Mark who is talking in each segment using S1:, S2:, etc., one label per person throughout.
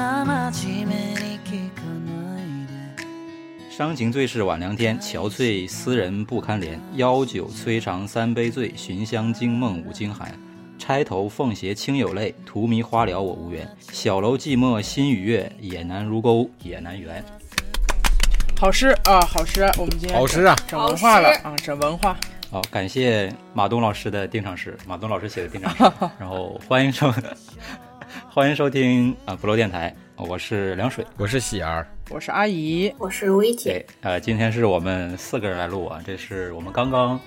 S1: 真面目に聞かないで
S2: 伤情最是晚凉天，憔悴斯人不堪怜。邀酒摧肠三杯醉，寻香惊梦五更寒。钗头凤斜清有泪，荼蘼花了我无缘。小楼寂寞心与月，也难如钩也难圆。
S3: 好诗啊，好诗！我们今天
S4: 好诗啊，
S3: 整文化了
S5: 好诗
S3: 啊，整文化。
S2: 好，感谢马东老师的定场诗，马东老师写的定场诗。然后欢迎收，欢迎收听啊、不漏电台，我是凉水。
S4: 我是喜儿，
S3: 我是阿姨，
S5: 我是薇姐，
S2: 对，呃，今天是我们四个人来录啊，这是我们刚刚，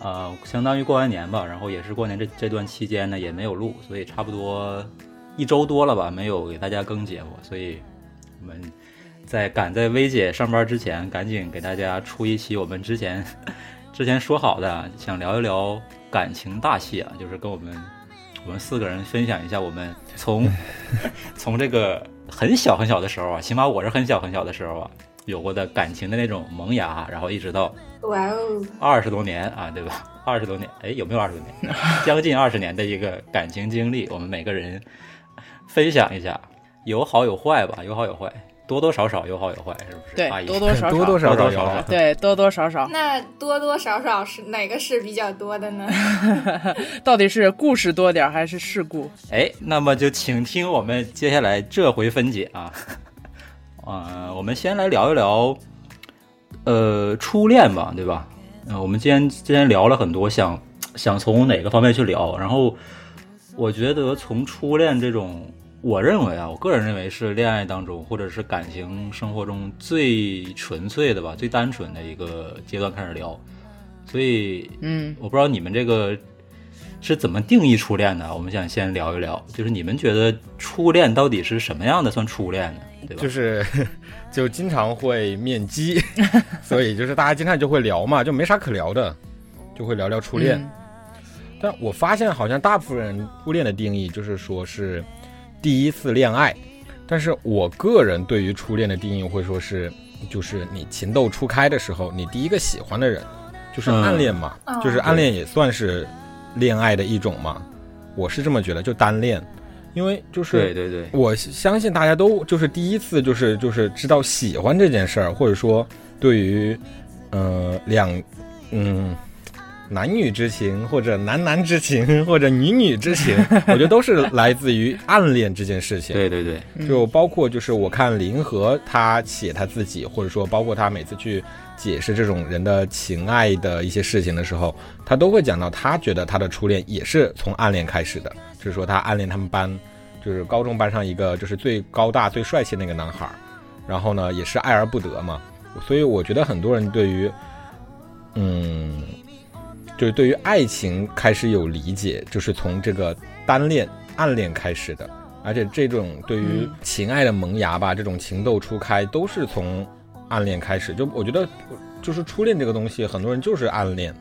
S2: 呃，相当于过完年吧，然后也是过年这这段期间呢也没有录，所以差不多一周多了吧，没有给大家更节目，所以我们在赶在薇姐上班之前，赶紧给大家出一期我们之前 之前说好的啊，想聊一聊感情大戏啊，就是跟我们我们四个人分享一下我们从 从这个很小很小的时候啊，起码我是很小很小的时候啊，有过的感情的那种萌芽，然后一直到
S5: 哇哦，
S2: 二十多年啊，对吧？二十多年，哎，有没有二十多年？将近二十年的一个感情经历，我们每个人分享一下，有好有坏吧，有好有坏，多多少少有好有坏，是不是？
S3: 对
S2: 阿姨，
S3: 多多少少
S4: 多多少
S2: 多多少
S4: 少
S2: 少
S4: 有，
S3: 对，多多少少，
S5: 那多多少少是哪个是比较多的呢？
S3: 到底是故事多点儿还是事故？
S2: 哎，那么就请听我们接下来这回分解啊。 呃，我们先来聊一聊，呃，初恋吧，对吧？嗯、我们今天今天聊了很多，想想从哪个方面去聊？然后我觉得从初恋这种，我认为啊，我个人认为是恋爱当中或者是感情生活中最纯粹的吧，最单纯的一个阶段开始聊。所以
S3: 嗯，
S2: 我不知道你们这个是怎么定义初恋的？我们想先聊一聊，就是你们觉得初恋到底是什么样的算初恋呢？对吧？
S4: 就是就经常会面 基，所以就是大家经常就会聊嘛，就没啥可聊的，就会聊聊初恋。但我发现好像大部分人初恋的定义就是说是第一次恋爱，但是我个人对于初恋的定义会说是就是你情窦初开的时候，你第一个喜欢的人，就是
S2: 嗯
S4: 暗恋嘛，
S5: 嗯
S4: 就是暗恋也算是恋爱的一种嘛，我是这么觉得，就单恋，因为就
S2: 对
S4: 是
S2: 对对，
S4: 我相信大家都就是第一次就是就是知道喜欢这件事儿，或者说对于呃两嗯男女之情，或者男男之情，或者女女之情，我觉得都是来自于暗恋这件事情。
S2: 对对对，
S3: 嗯
S4: 就包括就是我看林和他写他自己，或者说包括他每次去解释这种人的情爱的一些事情的时候，他都会讲到他觉得他的初恋也是从暗恋开始的，就是说他暗恋他们班，就是高中班上一个就是最高大最帅气那个男孩儿，然后呢也是爱而不得嘛，所以我觉得很多人对于，嗯。就是对于爱情开始有理解，就是从这个单恋、暗恋开始的。而且这种对于
S3: 嗯
S4: 情爱的萌芽吧，这种情窦初开都是从暗恋开始。就我觉得，就是初恋这个东西，很多人就是暗恋。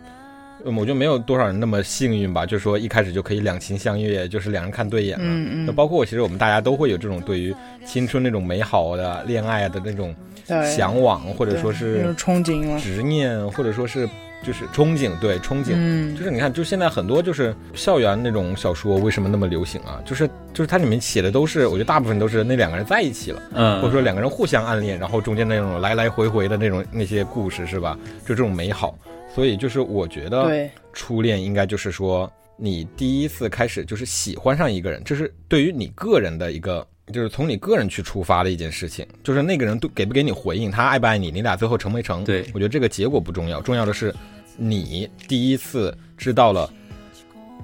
S4: 嗯，我觉得没有多少人那么幸运吧，就是说一开始就可以两情相悦，就是两人看对眼了。
S3: 嗯嗯
S4: 就包括我，其实我们大家都会有这种对于青春那种美好的恋爱的那种
S3: 对，
S4: 向往，或者
S3: 对
S4: 说
S3: 那种
S4: 是
S3: 憧憬了，
S4: 执念，或者说是就是憧憬，对憧憬。
S3: 嗯
S4: 就是你看，就现在很多就是校园那种小说为什么那么流行啊？就是就是它里面写的都是，我觉得大部分都是那两个人在一起了，
S2: 嗯，
S4: 或者说两个人互相暗恋，然后中间那种来来回回的那种那些故事是吧？就这种美好，所以就是我觉得
S3: 对，
S4: 初恋应该就是说你第一次开始就是喜欢上一个人，这是对于你个人的一个。就是从你个人去出发的一件事情，就是那个人对给不给你回应，他爱不爱你，你俩最后成没成？
S2: 对
S4: 我觉得这个结果不重要，重要的是你第一次知道了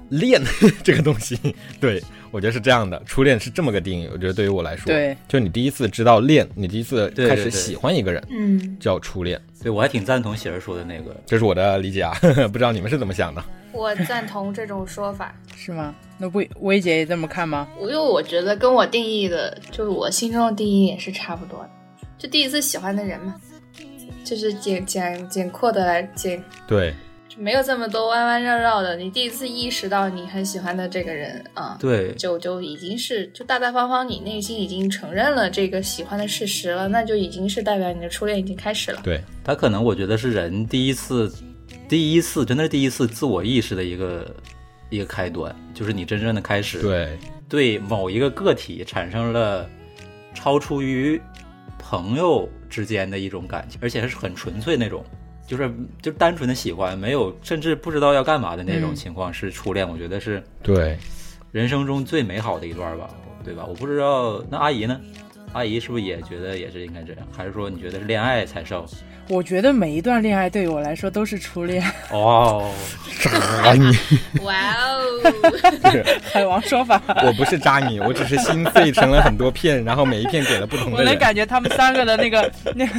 S4: 恋 这个东西。对我觉得是这样的，初恋是这么个定义。我觉得对于我来说，
S3: 对，
S4: 就你第一次知道恋，你第一次
S2: 对
S4: 开始
S2: 对
S4: 喜欢一个人
S5: 嗯，
S4: 叫初恋，
S2: 对我还挺赞同喜儿说的那个，
S4: 这是我的理解啊， 不知道你们是怎么想的？
S5: 我赞同这种说法。
S3: 是吗？那薇薇姐也这么看吗？
S5: 我因为我觉得跟我定义的，就是我心中的定义也是差不多的，就第一次喜欢的人嘛，就是简简简括的来简，
S4: 对，
S5: 就没有这么多弯弯绕绕的。你第一次意识到你很喜欢的这个人啊，
S2: 对
S5: 就就已经是就大大方方，你内心已经承认了这个喜欢的事实了，那就已经是代表你的初恋已经开始了。
S4: 对，
S2: 他可能我觉得是人第一次，第一次真的是第一次自我意识的一个一个开端，就是你真正的开始
S4: 对，
S2: 对某一个个体产生了超出于朋友之间的一种感情，而且是很纯粹那种，就是就单纯的喜欢，没有甚至不知道要干嘛的那种
S3: 嗯
S2: 情况是初恋，我觉得是
S4: 对，
S2: 人生中最美好的一段吧，对吧？我不知道那阿姨呢，阿姨是不是也觉得也是应该这样，还是说你觉得是恋爱才受？
S3: 我觉得每一段恋爱对于我来说都是初恋。
S2: 哦，
S4: 渣女，
S5: 哇哦，
S3: 海王说 法，
S4: 我不是渣女，我只是心碎成了很多片，然后每一片给了不同
S3: 我
S4: 的
S3: 能
S4: 人。
S3: 感觉他们三个的那个那 个，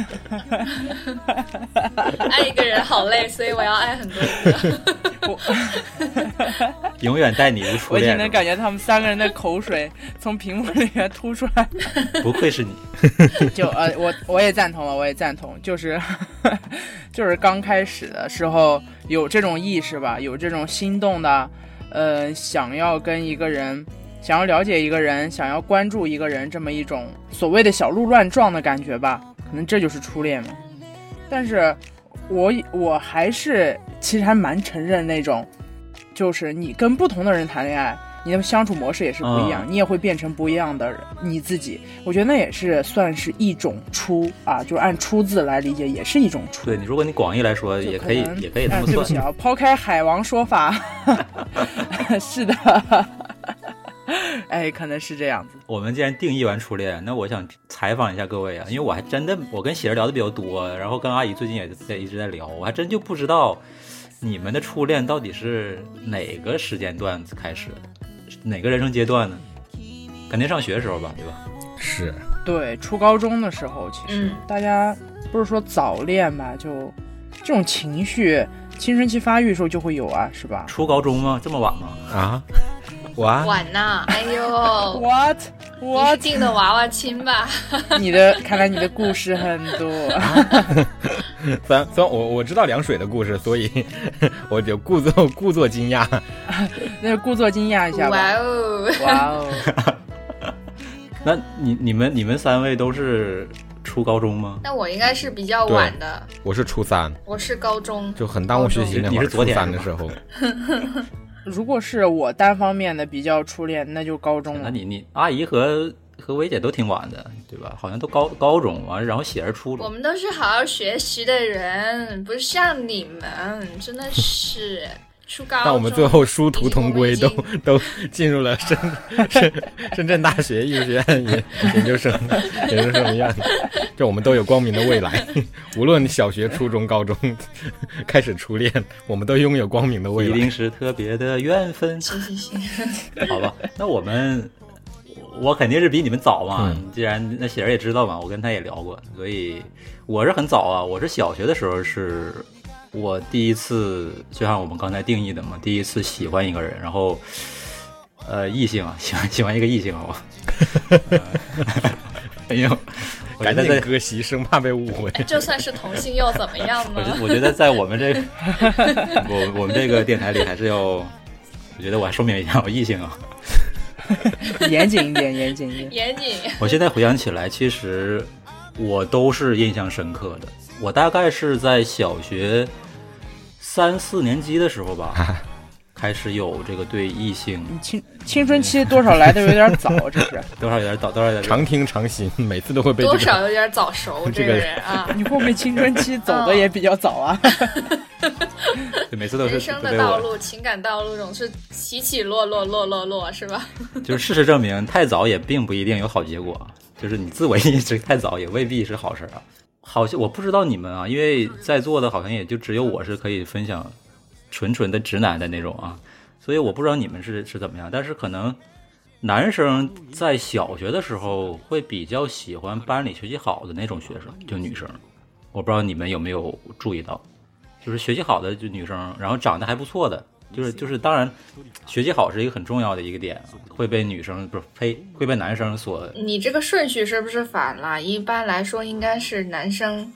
S5: 爱一个人好累，所以我要爱很多个。
S2: 永远带你如初
S3: 我已
S2: 恋
S3: 经，能感觉他们三个人的口水从屏幕里面突出来。
S2: 不愧是你。
S3: 就呃，我我也赞同了，我也赞同，就是 就是刚开始的时候有这种意识吧，有这种心动的，呃，想要跟一个人，想要了解一个人，想要关注一个人，这么一种所谓的小鹿乱撞的感觉吧，可能这就是初恋嘛。但是我我还是其实还蛮承认那种，就是你跟不同的人谈恋爱。你的相处模式也是不一样，
S2: 嗯
S3: 你也会变成不一样的人你自己。我觉得那也是算是一种出啊，就是按出字来理解，也是一种出。
S2: 对你，如果你广义来说，
S3: 就
S2: 也
S3: 可
S2: 可以
S3: 能，
S2: 也可以这
S3: 哎
S2: 么
S3: 对不起
S2: 算。
S3: 啊，抛开海王说法， 是的，哎，可能是这样子。
S2: 我们既然定义完初恋，那我想采访一下各位啊，因为我还真的我跟喜儿聊的比较多，然后跟阿姨最近也在一直在聊，我还真就不知道你们的初恋到底是哪个时间段开始的，哪个人生阶段呢？肯定上学时候吧，对吧？
S4: 是，
S3: 对，初高中的时候，其实、
S5: 嗯
S3: 大家不是说早恋吧，就这种情绪，青春期发育的时候就会有啊，是吧
S2: 初高中吗？这么晚吗？
S4: 啊，我啊，
S5: 晚呐，哎呦，
S3: ？What
S5: 你是
S3: what？
S5: 定的娃娃亲吧？
S3: 你的看来你的故事很多，
S4: 虽然虽然我我知道凉水的故事，所以 我就故作故作惊讶。
S3: 那故作惊讶一下
S5: 哇
S3: 吧。
S5: 哦，
S3: 哇哦，
S2: 那你你们你们三位都是初高中吗？
S5: 那我应该是比较晚的，
S4: 我是初三，
S5: 我是高中。
S4: 就很耽误学习那会
S2: 哦你
S4: 儿，
S2: 是哦昨
S4: 初
S2: 天
S4: 三的时候，
S3: 如果是我单方面的比较初恋，那就高中
S2: 那
S3: 了。
S2: 你你阿姨和和薇姐都挺晚的，对吧？好像都高高中完，然后喜儿初中
S5: 我。们都是好好学习的人，不像你们，真的是初高中。
S4: 但我们最后殊途同归，
S5: 已经
S4: 都
S5: 我们已
S4: 都进入了深深深圳大学艺术学院研研究生，研究生一样，就我们都有光明的未来。无论小学、初中、高中 开始初恋，我们都拥有光明的未
S2: 一
S4: 来。
S2: 定是特别的缘分，
S5: 经行行行，
S2: 好吧？那我们，我肯定是比你们早嘛。
S4: 嗯
S2: 既然那喜儿也知道嘛，我跟她也聊过，所以我是很早啊。我是小学的时候是，我第一次，就像我们刚才定义的嘛，第一次喜欢一个人，然后，呃，异性啊，喜欢喜欢一个异性啊，我， 呃、哎呦，我觉
S4: 赶
S2: 得
S4: 紧
S2: 在，
S4: 割席，生怕被误会。
S5: 哎就算是同性又怎么样
S2: 我觉
S5: 呢？
S2: 我觉得在我们这个， 我我们这个电台里还是要，我觉得我还说明一下，我异性啊。
S3: 严谨一点，严谨一点。
S5: 严谨，
S2: 我现在回想起来，其实我都是印象深刻的。我大概是在小学三四年级的时候吧，开始有这个对异性
S3: 青青春期多少来的有点早，这是？
S2: 多少有点早，多少有点
S4: 常听常新，每次都会被这
S5: 多
S4: 个
S5: 少有点早熟，
S4: 这
S5: 这
S4: 个
S5: 个人啊，
S3: 你会不会青春期走 的也比较早啊？
S2: 对每次都
S5: 人
S2: 是
S5: 生
S2: 都
S5: 的
S2: 被
S5: 道
S2: 我。
S5: 路、情感道路总是起起落落、落落落，是吧？
S2: 就是事实证明，太早也并不一定有好结果，就是你自我意识太早也未必是好事儿啊。好像我不知道你们啊，因为在座的好像也就只有我是可以分享纯纯的直男的那种啊，所以我不知道你们是是怎么样，但是可能男生在小学的时候会比较喜欢班里学习好的那种学生，就女生，我不知道你们有没有注意到，就是学习好的就女生，然后长得还不错的，就是就是当然，学习好是一个很重要的一个点，会被女生不是呸会被男生所
S5: 你这个顺序是不是反了？一般来说，应该是男生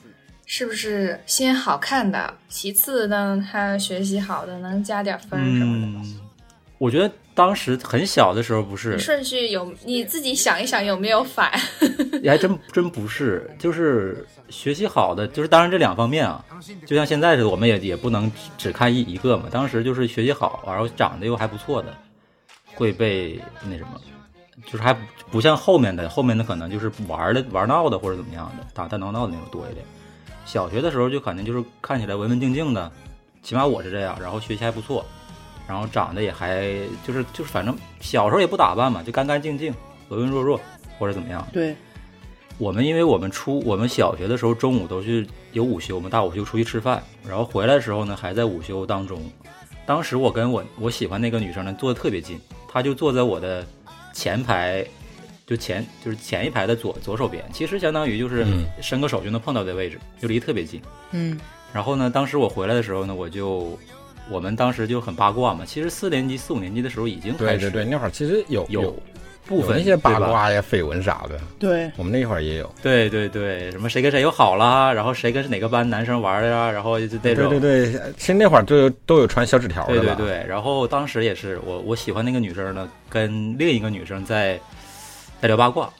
S5: 是不是先好看的，其次呢，他学习好的能加点分什么的。
S2: 嗯，我觉得当时很小的时候不是，
S5: 顺序有你自己想一想有没有反？
S2: 也还真 真不是，就是学习好的，就是当然这两方面啊，就像现在似的，我们也也不能只只看一一个嘛。当时就是学习好，然后长得又还不错的，会被那什么，就是还不不像后面的，后面的可能就是玩儿的玩闹的或者怎么样的，打打闹闹的那种多一点。小学的时候就肯定就是看起来文文静静的，起码我是这样，然后学习还不错，然后长得也还就是就是反正小时候也不打扮嘛，就干干净净、文文弱弱或者怎么样。
S3: 对，
S2: 我们因为我们初我们小学的时候中午都去有午休，我们大午休出去吃饭，然后回来的时候呢还在午休当中。当时我跟我我喜欢那个女生呢坐的特别近，她就坐在我的前排，就前就是前一排的左左手边，其实相当于就是
S4: 嗯
S2: 伸个手就能碰到的位置，就离特别近。
S3: 嗯
S2: 然后呢，当时我回来的时候呢，我就我们当时就很八卦嘛，其实四年级四五年级的时候已经开
S4: 对
S2: 始
S4: 对对，那会儿其实有
S2: 有部
S4: 部
S2: 分
S4: 分一些八
S2: 对吧
S4: 卦呀、绯闻啥的，
S3: 对，
S4: 我们那会儿也有。
S2: 对对对，什么谁跟谁又好啦，然后谁跟哪个班男生玩的呀，然后就那
S4: 对
S2: 种。
S4: 对对，其实那会儿都有都有传小纸条的
S2: 对对
S4: 吧？
S2: 对，然后当时也是我我喜欢那个女生呢，跟另一个女生在在聊八卦，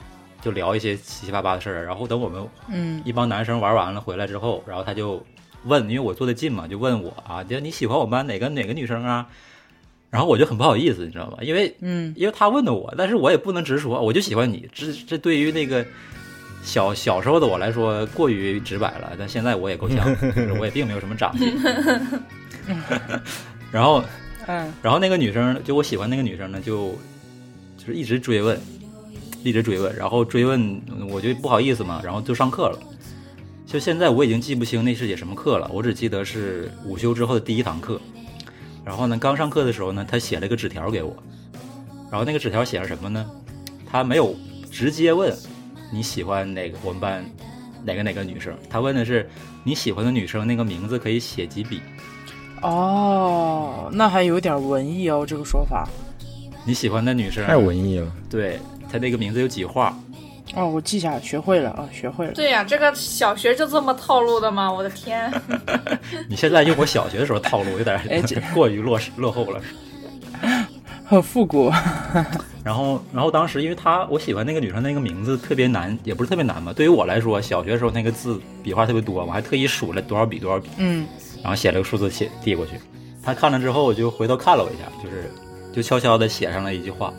S2: 就聊一些七七八八的事儿。然后等我们
S3: 嗯
S2: 一帮男生玩完了回来之后，然后他就问，因为我坐得近嘛，就问我啊，就你喜欢我们班哪个哪个女生啊？然后我就很不好意思，你知道吗？因为
S3: 嗯，
S2: 因为他问的我，但是我也不能直说，我就喜欢你。这这对于那个小小时候的我来说过于直白了，但现在我也够呛，就是我也并没有什么长进。 然后，
S3: 嗯
S2: 然后那个女生，就我喜欢那个女生呢，就就是一直追问，一直追问，然后追问，我就不好意思嘛，然后就上课了。就现在我已经记不清那是节什么课了，我只记得是午休之后的第一堂课。然后呢，刚上课的时候呢，他写了个纸条给我，然后那个纸条写上什么呢？他没有直接问你喜欢哪个我们班哪个哪个女生，他问的是你喜欢的女生那个名字可以写几笔。
S3: 哦，那还有点文艺哦，这个说法。
S2: 你喜欢的女生
S4: 太文艺了。
S2: 对他那个名字有几画，
S3: 哦，我记下，学会了啊，学会了。
S5: 对呀、这个小学就这么套路的吗？我的天！
S2: 你现在用我小学的时候套路，有点
S3: 哎姐
S2: 过于落落后了。
S3: 很复古，
S2: 然后，然后当时因为她，我喜欢那个女生那个名字特别难，也不是特别难吧。对于我来说，小学时候那个字笔画特别多，我还特意数了多少笔多少笔，
S3: 嗯
S2: 然后写了个数字写递过去。她看了之后，就回头看了我一下，就是就悄悄的写上了一句话，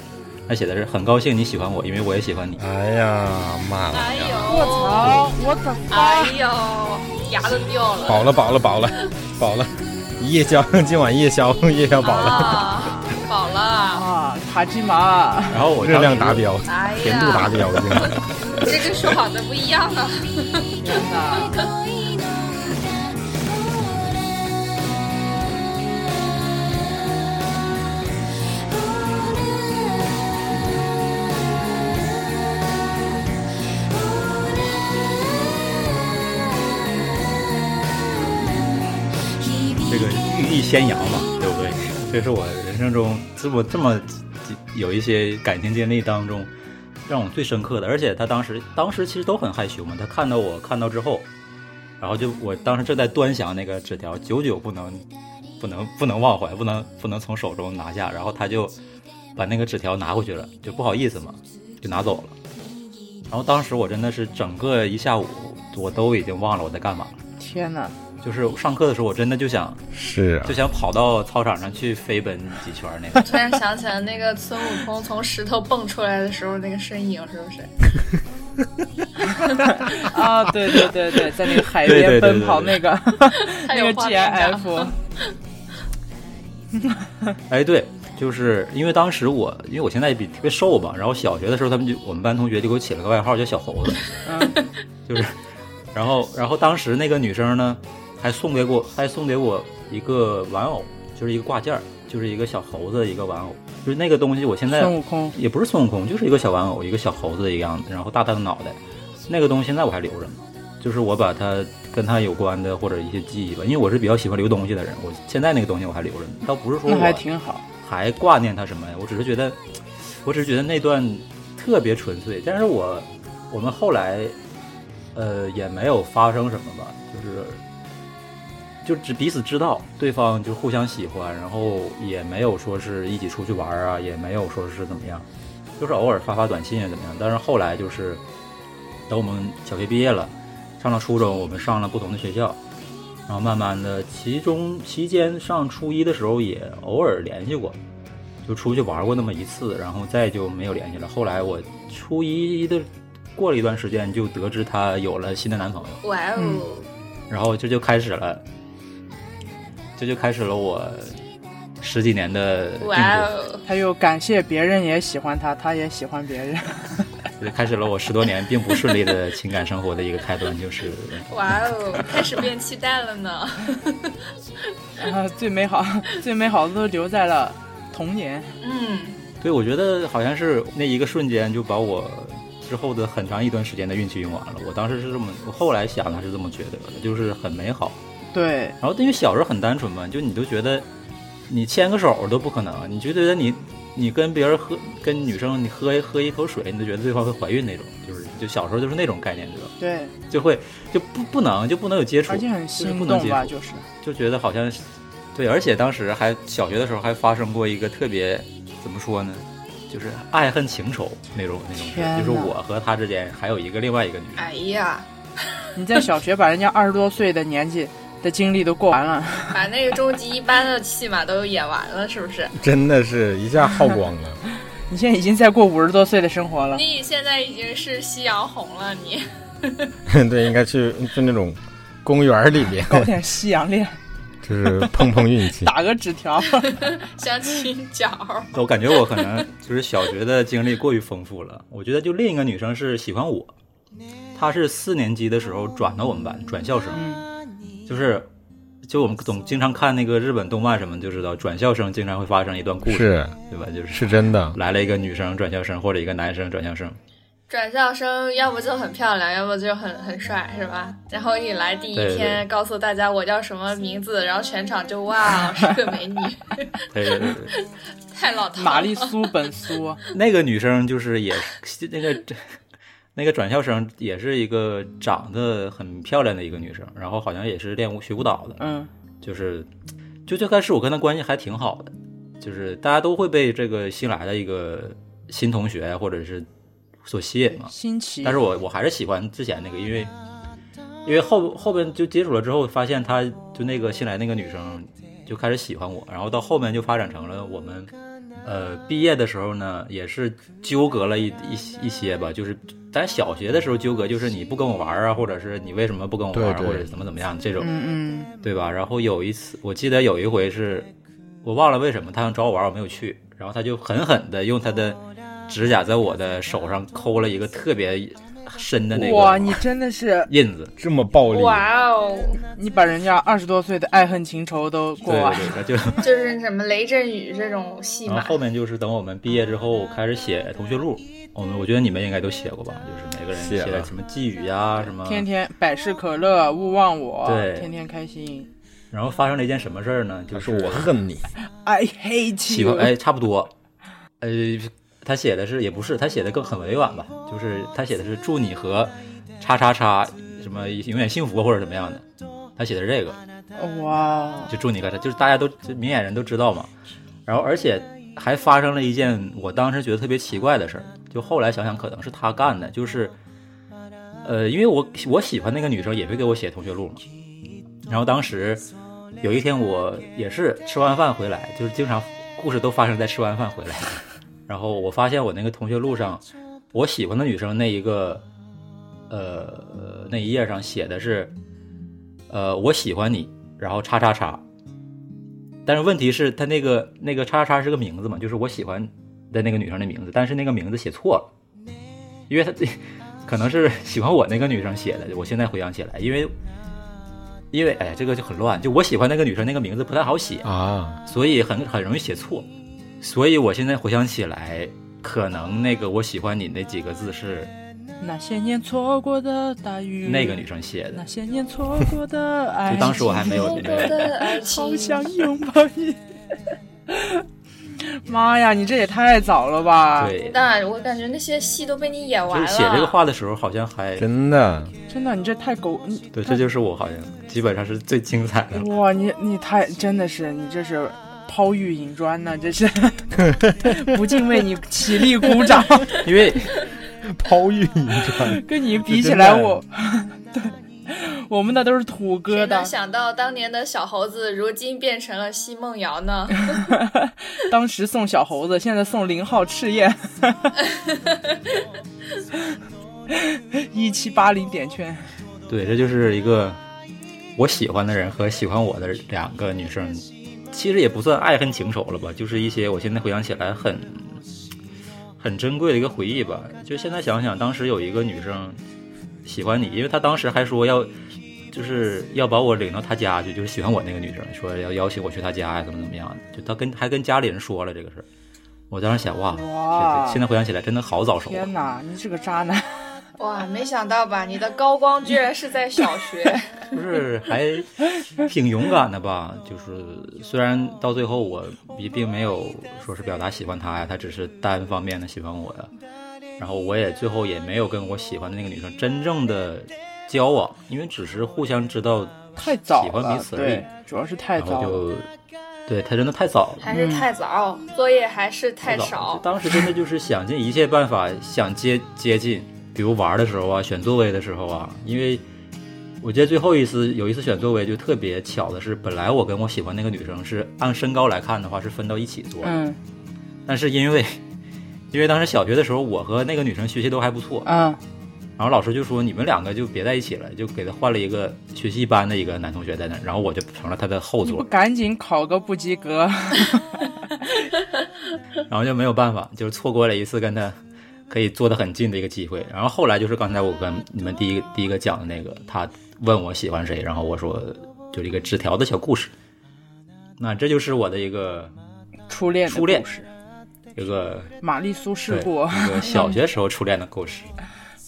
S2: 她写的是很高兴你喜欢我，因为我也喜欢你。
S4: 哎呀妈呀！
S5: 哎呦，
S3: 我！操，我的
S5: 哎
S3: 妈！
S5: 呦，牙都掉了。
S4: 饱了饱了饱 了饱了，夜宵 今晚夜宵夜宵饱了，
S5: 啊，饱了。
S3: 啊，卡基玛，
S2: 然后我
S4: 热量达
S2: 当时
S4: 标，
S5: 哎呀，
S4: 甜度达标，今 晚。
S5: 这跟说好的不一样呢。
S3: 天哪！
S2: 这个寓意先扬嘛，对不对？这是我人生中这么这么有一些感情经历当中让我最深刻的。而且他当时当时其实都很害羞嘛，他看到我看到之后，然后就我当时正在端详那个纸条，久久不能不能不能忘怀，不能不能从手中拿下。然后他就把那个纸条拿回去了，就不好意思嘛，就拿走了。然后当时我真的是整个一下午，我都已经忘了我在干嘛了。
S3: 天 哪！
S2: 就是上课的时候，我真的就想
S4: 是啊
S2: 就，想跑到操场上去飞奔几圈儿那种。
S5: 突然想起来那个孙悟空从石头蹦出来的时候那个身影，是不是？
S3: 啊，对对对对，在那个海
S2: 对对对
S3: 边
S2: 对对
S3: 奔跑那个
S5: 太
S3: 那
S5: 有
S3: 个
S5: 画面感了。
S3: GIF，
S2: 哎，对，就是因为当时我，因为我现在比特别瘦吧，然后小学的时候，他们就我们班同学就给我起了个外号叫小猴子，
S3: 嗯
S2: 就是，然后然后当时那个女生呢，还送给我还送给我一个玩偶，就是一个挂件儿，就是一个小猴子的一个玩偶，就是那个东西，我现在
S3: 孙悟空，
S2: 也不是孙悟空，就是一个小玩偶，一个小猴子的一个样子，然后大大的脑袋，那个东西现在我还留着呢，就是我把它跟它有关的或者一些记忆吧，因为我是比较喜欢留东西的人，我现在那个东西我还留着呢，倒不是说
S3: 那还
S2: 我
S3: 挺好。
S2: 还挂念它什么呀，我只是觉得，我只是觉得那段特别纯粹，但是我我们后来，呃，也没有发生什么吧，就是。就只彼此知道对方就互相喜欢，然后也没有说是一起出去玩儿啊，也没有说是怎么样，就是偶尔发发短信啊怎么样。但是后来就是，等我们小学毕业了，上了初中，我们上了不同的学校，然后慢慢的，其中期间上初一的时候也偶尔联系过，就出去玩过那么一次，然后再就没有联系了。后来我初一的过了一段时间，就得知她有了新的男朋友，
S5: 哇哦，
S2: 然后这就开始了，这就开始了我十几年嗯的并
S5: 哇
S2: 不，
S5: 哦，
S3: 他又感谢别人也喜欢他，他也喜欢别人。
S2: 就开始了我十多年并不顺利的情感生活的一个开端，就是
S5: 哇哦，开始变期待了呢。
S3: 啊，最美好，最美好的都留在了童年。
S5: 嗯，
S2: 对，我觉得好像是呃那一个瞬间就把我之后的很长一段时间的运气用完了。我当时是这么，我后来想的是这么觉得的，就是很美好。
S3: 对，
S2: 然后因为小时候很单纯嘛，就你都觉得你牵个手都不可能，你就觉得你你跟别人喝跟女生你喝一喝一口水，你都觉得对方会怀孕那种，就是就小时候就是那种概念，对吧？
S3: 对，
S2: 就会就不不能就不能有接触，
S3: 而且很
S2: 就是
S3: 心
S2: 不能
S3: 动
S2: 接
S3: 吧，
S2: 触
S3: 就是
S2: 就觉得好像是，对，而且当时还小学的时候还发生过一个特别怎么说呢，就是爱恨情仇那种那种事
S3: 天，哪
S2: 就是我和她之间还有一个另外一个女生，
S5: 哎呀，
S3: 你在小学把人家二十多岁的年纪的经历都过完了，
S5: 把那个终极一班的戏码都演完了，是不是？
S4: 真的是一下耗光 了。
S3: 你现在已经在过五十多岁的生活了。
S5: 你现在已经是夕阳红了，你。
S4: 对，应该去就那种公园里 边，
S3: 搞点西洋恋，
S4: 就是碰碰运气。
S3: 打个纸条。
S5: 相亲角，
S2: 我感觉我可能就是小学的经历过于丰富了。我觉得就另一个女生是喜欢我，她是四年级的时候转到我们班，转校生，
S3: 嗯，
S2: 就是就我们总经常看那个日本动漫什么就知道，转校生经常会发生一段故事，
S4: 是
S2: 对吧？就是
S4: 是真的，
S2: 来了一个女生转校生或者一个男生转校生。
S5: 转校生要不就很漂亮，要不就很很帅，是吧？然后你来第一
S2: 对
S5: 天
S2: 对
S5: 告诉大家我叫什么名字，然后全场就哇，是个美 女，
S2: 对对对对，
S5: 太老套了。
S3: 玛丽苏本苏，
S2: 那个女生就是也是那个那个转校生，也是一个长得很漂亮的一个女生，然后好像也是练舞学舞蹈的，
S3: 嗯，
S2: 就是就最开始我跟她关系还挺好的，就是大家都会被这个新来的一个新同学啊或者是所吸引嘛。
S3: 新奇。
S2: 但是我我还是喜欢之前那个，因为因为后后边就接触了之后，发现她就那个新来那个女生就开始喜欢我，然后到后面就发展成了我们呃毕业的时候呢，也是纠葛了一一一些吧，就是咱小学的时候纠葛就是你不跟我玩啊，或者是你为什么不跟我玩，啊
S4: 对
S2: 或
S4: 对
S2: 者怎么怎么样这种，
S3: 嗯嗯，
S2: 对吧？然后有一次我记得有一回是我忘了为什么他想找我玩，我没有去，然后他就狠狠的用他的指甲在我的手上抠了一个特别深的那
S3: 哇，
S2: 个
S3: 你真的是，
S2: 印子，
S4: 这么暴力，
S5: 哇哦，
S3: 你把人家二十多岁的爱恨情仇都过
S2: 对
S3: 完。
S2: 对对，他就
S5: 就是什么雷阵雨这种戏
S2: 然后
S5: 码，
S2: 后面就是等我们毕业之后开始写同学录，我们我觉得你们应该都写过吧，就是每个人
S4: 写
S2: 写
S4: 了
S2: 的什么寄语呀、什么，
S3: 天天百事可乐，勿忘我，
S2: 啊对
S3: 天天开心。
S2: 然后发生了一件什么事儿呢？就是
S4: 我
S2: 我
S4: 恨你，
S3: I hate
S2: 喜欢
S3: you。
S2: 哎，差不多，呃，他写的是也不是，他写的更很委婉吧，就是他写的是祝你和叉叉叉什么永远幸福或者怎么样的，他写的是这个，
S3: 哇，
S2: 就祝你和叉，就是大家都就明眼人都知道嘛。然后而且还发生了一件我当时觉得特别奇怪的事儿，就后来想想可能是他干的，就是，呃，因为我我喜欢那个女生也会给我写同学录嘛，然后当时有一天我也是吃完饭回来，就是经常故事都发生在吃完饭回来， 然后我发现我那个同学录上我喜欢的女生那一个，呃，那一页上写的是，呃，我喜欢你，然后叉叉叉。但是问题是，他那个那个叉叉叉是个名字嘛，就是我喜欢的那个女生的名字，但是那个名字写错了，因为他 可能是喜欢我那个女生写的。我现在回想起来，因为因为哎，这个就很乱，就我喜欢那个女生那个名字不太好写，
S4: 啊，
S2: 所以很很容易写错。所以我现在回想起来，可能那个我喜欢你那几个字是
S3: 那些年错过的大雨，
S2: 那个女生写的
S3: 那，些年错过的爱
S5: 嗯
S3: 情，
S2: 就当时我还没有
S5: 我
S2: 那个。
S5: 的 爱情
S3: 好想拥抱你。 妈呀，你这也太早了吧！，
S2: 对，
S5: 但我感觉啊那些戏都被你演完
S2: 就
S5: 了。
S2: 是写这个话的时候，好像还
S4: 真的，
S3: 真的，你这太狗，你
S2: 对，这就是我好像基本上是最精彩
S5: 嗯
S2: 的。
S3: 哇，你你太真的是，你这是抛玉引砖呢，这是不禁为你起立鼓掌。
S2: 因为
S4: 抛玉引砖，
S3: 跟你比起来，
S4: 这真的
S3: 我我们那都是土疙
S5: 谁
S3: 瘩。
S5: 能想到当年的小猴子，如今变成了奚梦瑶呢？
S3: 当时送小猴子，现在送零号赤焰，一七八零点券。
S2: 对，这就是一个我喜欢的人和喜欢我的两个女生，其实也不算爱恨情仇了吧，就是一些我现在回想起来很很珍贵的一个回忆吧。就现在想想，当时有一个女生喜欢你，因为她当时还说要。就是要把我领到她家去，就是喜欢我那个女生，说要邀请我去她家呀，怎么怎么样的，就她跟还跟家里人说了这个事儿。我当时想，哇，
S3: 哇
S2: 这现在回想起来真的好早熟啊
S3: 天！哪，你是个渣男！
S5: 哇，没想到吧？你的高光居然是在小 学。
S2: 不是还挺勇敢的 吧？就是虽然到最后我也并没有说是表达喜欢他呀，他只是单方面的喜欢我呀。然后我也最后也没有跟我喜欢的那个女生真正的交往，因为只是互相知道，
S3: 太早
S2: 喜欢
S3: 了
S2: 彼，此而已
S3: 对，主要是太
S2: 然
S3: 早
S2: 后
S3: 了。
S2: 就对他真的太早了。
S5: 还是太早，作业还是太
S2: 太早了
S5: 少
S2: 就。当时真的就是想尽一切办法想接接近，比如玩的时候啊，选座位的时候啊，因为我记得最后一次有一次选座位就特别巧的是，本来我跟我喜欢那个女生是按身高来看的话是分到一起坐的，
S3: 嗯
S2: 但是因为 因为当时小学的时候我和那个女生学习都还不错，
S3: 嗯
S2: 然后老师就说你们两个就别在一起了，就给她换了一个学习一般的一个男同学在那儿，然后我就成了她的后
S3: 你不
S2: 座，
S3: 赶紧考个不及格？
S2: 然后就没有办法，就是错过了一次跟他可以坐得很近的一个机会。然后后来就是刚才我跟你们第一个第一个讲的那个，他问我喜欢谁，然后我说就是一个纸条的小故事。那这就是我的一个
S3: 初恋的
S2: 初恋
S3: 故事，
S2: 一个
S3: 玛丽苏事
S2: 对
S3: 故，
S2: 一个小学时候初恋的故事。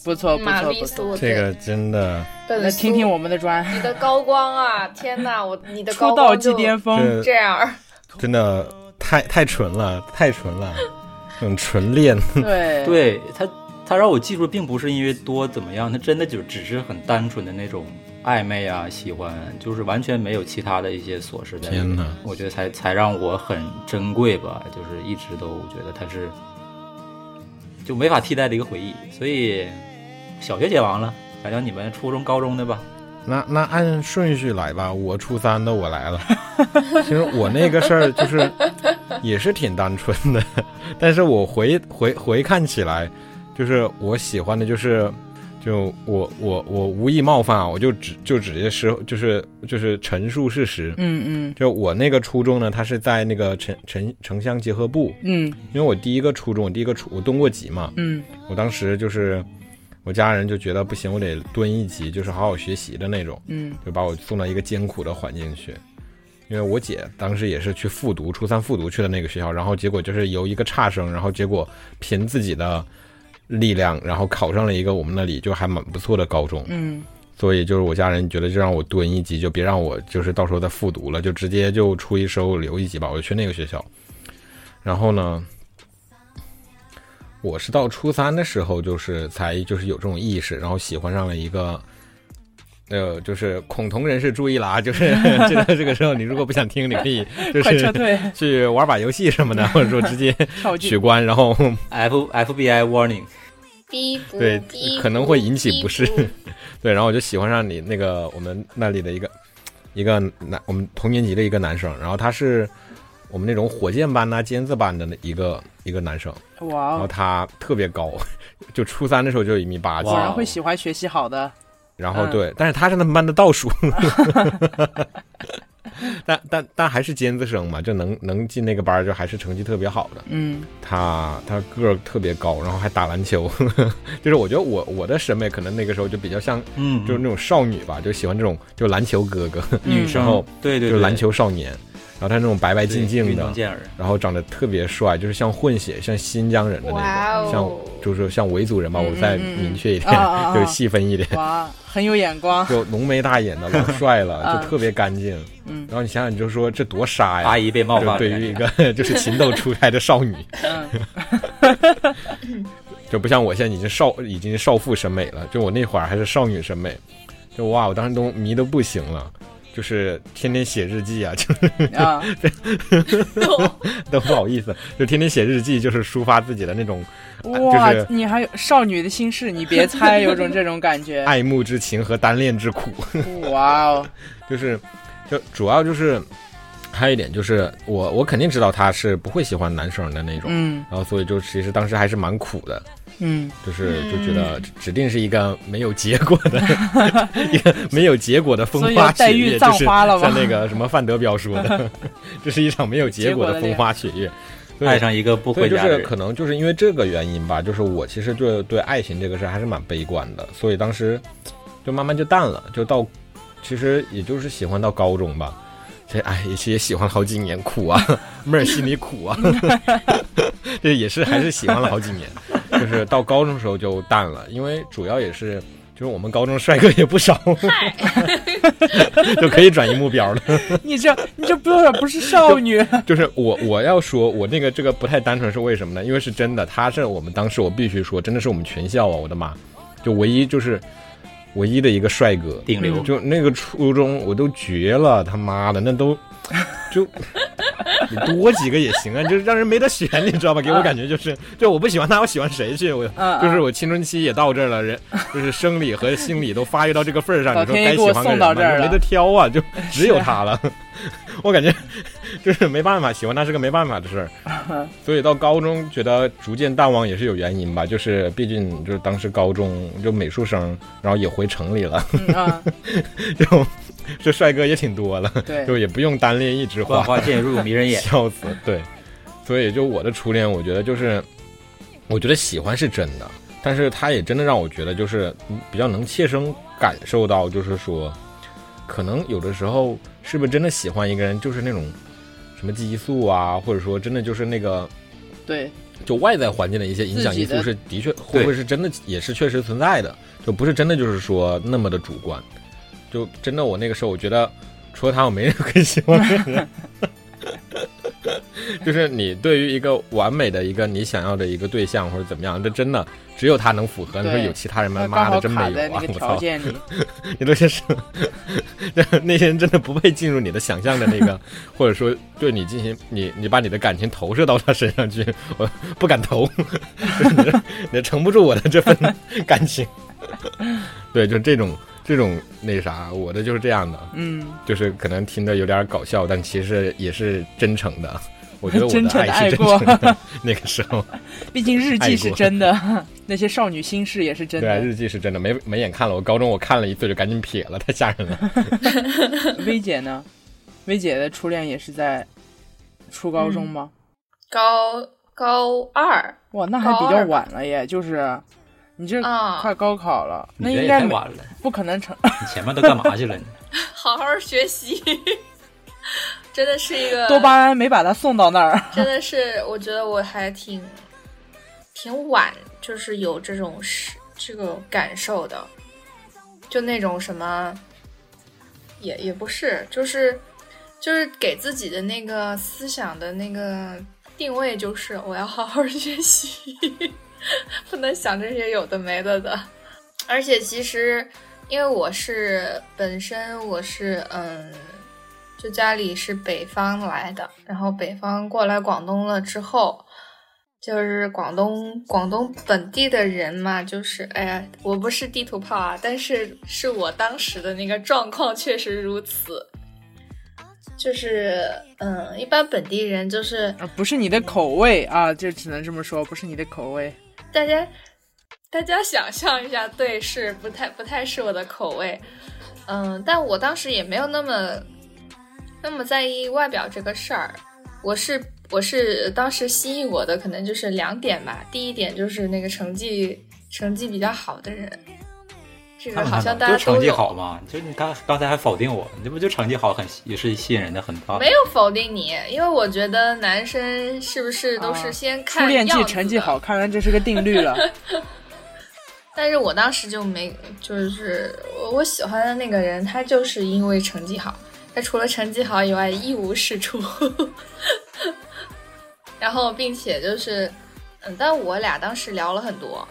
S3: 不错不
S5: 玛
S3: 错
S5: 丽
S3: 不错。
S5: 苏，
S4: 这个真的，
S5: 对
S3: 来
S5: 本
S3: 听
S5: 苏
S3: 听我们的专，
S5: 你的高光啊！天呐，我你的
S3: 出
S5: 高
S3: 道
S5: 光
S3: 即
S5: 就
S3: 巅峰，
S4: 这
S5: 嗯这样儿，
S4: 真的太太纯了，太纯了，这种纯恋，
S3: 对
S2: 对他，他让我记住，并不是因为多怎么样，他真的就只是很单纯的那种暧昧啊，喜欢，就是完全没有其他的一些琐事在里面。
S4: 天哪
S2: 我觉得才才让我很珍贵吧，就是一直都觉得他是就没法替代的一个回忆。所以小学解完了，讲讲你们初中、高中的吧。
S4: 那那按顺序来吧，我初三的我来了。 其实我那个事儿就是也是挺单纯的， 但是我回回回看起来，就是我喜欢的就是。就我我我无意冒犯啊，我就直就直接是就是就是陈述事实。
S3: 嗯嗯
S4: 就我那个初中呢，它是在那个城城城乡结合部，
S3: 嗯
S4: 因为我第一个初中，我第一个初我蹲过级嘛，
S3: 嗯
S4: 我当时就是我家人就觉得不行，我得蹲一级，就是好好学习的那种。
S3: 嗯
S4: 就把我送到一个艰苦的环境去。因为我姐当时也是去复读，初三复读去的那个学校，然后结果就是由一个差生，然后结果凭自己的力量，然后考上了一个我们那里就还蛮不错的高中。
S3: 嗯
S4: 所以就是我家人觉得就让我蹲一级，就别让我就是到时候再复读了，就直接就出一收留一级吧，我就去那个学校。然后呢，我是到初三的时候，就是才就是有这种意识，然后喜欢上了一个。呃，就是恐同人士注意了啊！就是 知道这个时候，你如果不想听，你可以就
S3: 快撤
S4: 是
S3: 退，
S4: 去玩把游戏什么的，或者说直接
S3: 跳
S4: 取
S3: 剧。
S4: 关，然后
S2: F FBI warning，
S5: 逼不
S4: 对
S5: 逼
S4: 可能会引起不适
S5: 逼
S4: 对，然后我就喜欢上你那个我们那里的一个一个男，我们同年级的一个男生，然后他是我们那种火箭班呐、尖子班的那一个一个男生，
S3: 哇
S4: 然后
S3: 哦，
S4: 他特别高， 就初三的时候就有一米八几
S3: 果，
S2: 哇
S3: 然会喜欢学习好的。
S4: 然后
S3: 哦嗯
S4: 对，但是他是他们班的倒数， 但但但还是尖子生嘛，就能能进那个班儿就还是成绩特别好的。
S3: 嗯
S4: 他他个儿特别高，然后还打篮球， 就是我觉得我我的审美可能那个时候就比较像
S2: 嗯，
S4: 就是那种少女吧，就喜欢这种就篮球哥哥，
S2: 女
S3: 嗯
S2: 生，
S4: 然后
S2: 对对
S4: 就
S2: 对，
S4: 是篮球少年，然后他那种白白
S2: 对
S4: 净净
S2: 运
S4: 的
S2: 动，健儿，
S4: 然后长得特别帅，就是像混血，像新疆人的那
S5: 哇
S4: 种，
S5: 哦
S4: 像就是像维族人吧，
S3: 嗯
S4: 我再
S3: 嗯嗯
S4: 明确一
S3: 啊啊啊
S4: 点， 就是细分一点，
S3: 哇，哦很有眼光。
S4: 就浓眉大眼的，老帅
S3: 啊
S4: 了，就特别干净。
S3: 嗯
S4: 然后你想想，你就说这多傻
S2: 阿
S4: 呀！
S2: 姨被冒犯
S4: 就
S2: 了，
S4: 对于一个 就是情窦初开的少女，
S3: 嗯
S4: 就不像我现在已经少已经少妇审美了，就我那会儿还是少女审美，就哇，我当时都迷得不行了，就是天天写日记啊，就是
S3: 啊，
S4: 都不好意思，就天天写日记，就是抒发自己的那种
S3: 哇
S4: 就是，
S3: 你还有少女的心事，你别猜，有种这种感觉。
S4: 爱慕之情和单恋之苦。
S3: 哇哦，
S4: 就是，就主要就是，还有一点就是，我我肯定知道他是不会喜欢男生的那种，
S3: 嗯
S4: 然后所以就其实当时还是蛮苦的，
S3: 嗯，
S4: 就是就觉得指定是一个没有结果的， 一个没有结果的风
S3: 所以
S4: 花
S3: 黛
S4: 雪
S3: 玉
S4: 月，就
S3: 葬
S4: 是
S3: 花了吗
S4: 像那个什么范德彪说的， 这是一场没有结
S3: 结
S4: 果
S3: 果
S4: 的
S3: 的
S4: 风
S3: 恋
S4: 花雪 月。对
S2: 爱上一个不
S4: 所
S2: 回
S4: 以就
S2: 家的
S4: 是
S2: 人
S4: 可，能就是因为这个原因吧，就是我其实对对爱情这个事儿还是蛮悲观的，所以当时就慢慢就淡了，就到其实也就是喜欢到高中吧，这哎也是也喜欢了好几年，苦啊， 妹儿心里苦啊， 这也是还是喜欢了好几年，就是到高中时候就淡了，因为主要也是。就是我们高中帅哥也不少， 就可以转移目标了。
S3: 你这你这不有点不是少女？
S4: 就是我我要说，我那个这个不太单纯是为什么呢？因为是真的，他是我们当时我必须说，真的是我们全校啊，我的妈，就唯一就是唯一的一个帅哥，
S2: 顶流
S4: 嗯就那个初中我都绝了，他妈的 那都就。你多几个也行啊，就是让人没得选，你知道吧？给我感觉就是，就我不喜欢他，我喜欢谁去？我
S3: 嗯
S4: 就是我青春期也到这儿 了，人就是生理和心理都发育到这个份儿上，
S3: 老
S4: 你说
S3: 天
S4: 该
S3: 爷
S4: 喜
S3: 给我
S4: 欢个
S3: 送
S4: 人
S3: 到
S4: 吗
S3: 这儿
S4: 就没
S3: 了
S4: 得挑 啊，就只有他了。 我感觉就是没办法，喜欢他是个没办法的事 儿。所以到高中觉得逐渐淡忘也是有原因吧，就是毕竟就是当时高中就美术生，然后也回城里了，
S3: 嗯啊，
S4: 就这帅哥也挺多了，
S3: 对，
S4: 就也不用单恋一枝
S2: 万
S4: 哎花，
S2: 花渐入迷人 眼，
S4: 笑死。对，所以就我的初恋，我觉得就是，我觉得喜欢是真的，但是他也真的让我觉得就是比较能切身感受到，就是说，可能有的时候是不是真的喜欢一个人，就是那种什么激素啊，或者说真的就是那个
S3: 对，
S4: 就外在环境的一些影响因素
S3: 自己
S4: 是的确会不会是真的也是确实存在的，就不是真的就是说那么的主观。就真的我那个时候，我觉得除了他，我没人可以喜欢 的人。就是你对于一个完美的一个你想要的一个对象或者怎么样，这真的只有他能符合。你说
S3: 对
S4: 有其他人吗？
S3: 那
S4: 妈
S3: 刚
S4: 的
S3: 好
S4: 真
S3: 卡
S4: 没
S3: 在
S4: 有
S3: 那
S4: 啊
S3: 个！
S4: 我
S3: 条
S4: 操，
S3: 件 里，
S4: 你都 是那些人真的不配进入你的想象的那个，或者说对你进行你你把你的感情投射到他身上去，我不敢投， 就是你这你撑不住我的这份感情。 对，就这种这种那啥，我的就是这样的，
S3: 嗯，
S4: 就是可能听着有点搞笑，但其实也是真诚的。我觉得我
S3: 真
S4: 的
S3: 诚地
S4: 爱是
S3: 爱
S4: 真
S3: 过
S4: 诚 的。那个时候，
S3: 毕竟日
S4: 爱
S3: 记是
S4: 过
S3: 真的， 那些少女心事也是真
S4: 对啊、
S3: 的。
S4: 日记是真的，没没眼看了。我高中我看了一次就赶紧撇了，太吓人了。
S3: 薇姐呢？薇姐的初恋也是在初高
S4: 嗯
S3: 中吗？
S5: 高高二
S3: 哇，那还
S5: 高
S3: 比较
S5: 二吧
S3: 晚了耶，就是你这
S5: 啊，嗯
S3: 快高考了，那
S2: 你这
S3: 应
S2: 也
S3: 该
S2: 太
S3: 没
S2: 晚了，
S3: 不可能成。
S2: 你前面都干嘛去 了？
S5: 好好学习， 真的是一 个
S3: 多巴胺没把他送到那儿。
S5: 真的是，我觉得我还挺挺晚，就是有这种是这个感受的，就那种什么，也也不是，就是就是给自己的那个思想的那个定位，就是我要好好学习， 不能想这些有的没的的。而且其实，因为我是本身我是嗯。就家里是北方来的，然后北方过来广东了之后，就是广东广东本地的人嘛，就是哎呀，我不是地图炮啊，但是是我当时的那个状况确实如此，就是嗯，一般本地人就是
S3: 啊不是你的口味啊，就只能这么说，不是你的口味。
S5: 大家大家想象一下，对，是不太不太是我的口味，嗯，但我当时也没有那么那么在意外表这个事儿，我是我是当时吸引我的可能就是两点吧，第一点就是那个成绩成绩比较好的人，这个
S2: 看
S5: 好
S2: 看
S5: 像
S2: 吧
S5: 大家
S2: 就
S5: 都
S2: 成绩
S5: 有，
S2: 好嘛，就你刚刚才还否定我，你这不就成绩好很也是吸引人的，很棒。
S5: 没有否定你，因为我觉得男生是不是都
S3: 啊
S5: 是先
S3: 初
S5: 看、样
S3: 恋季
S5: 子
S3: 成绩
S5: 的
S3: 好，看来这是个定律了。
S5: 但是我当时就没，就是我我喜欢的那个人，他就是因为成绩好，他除了成绩好以外一无是处。 然后，并且就是，嗯，但我俩当时聊了很多，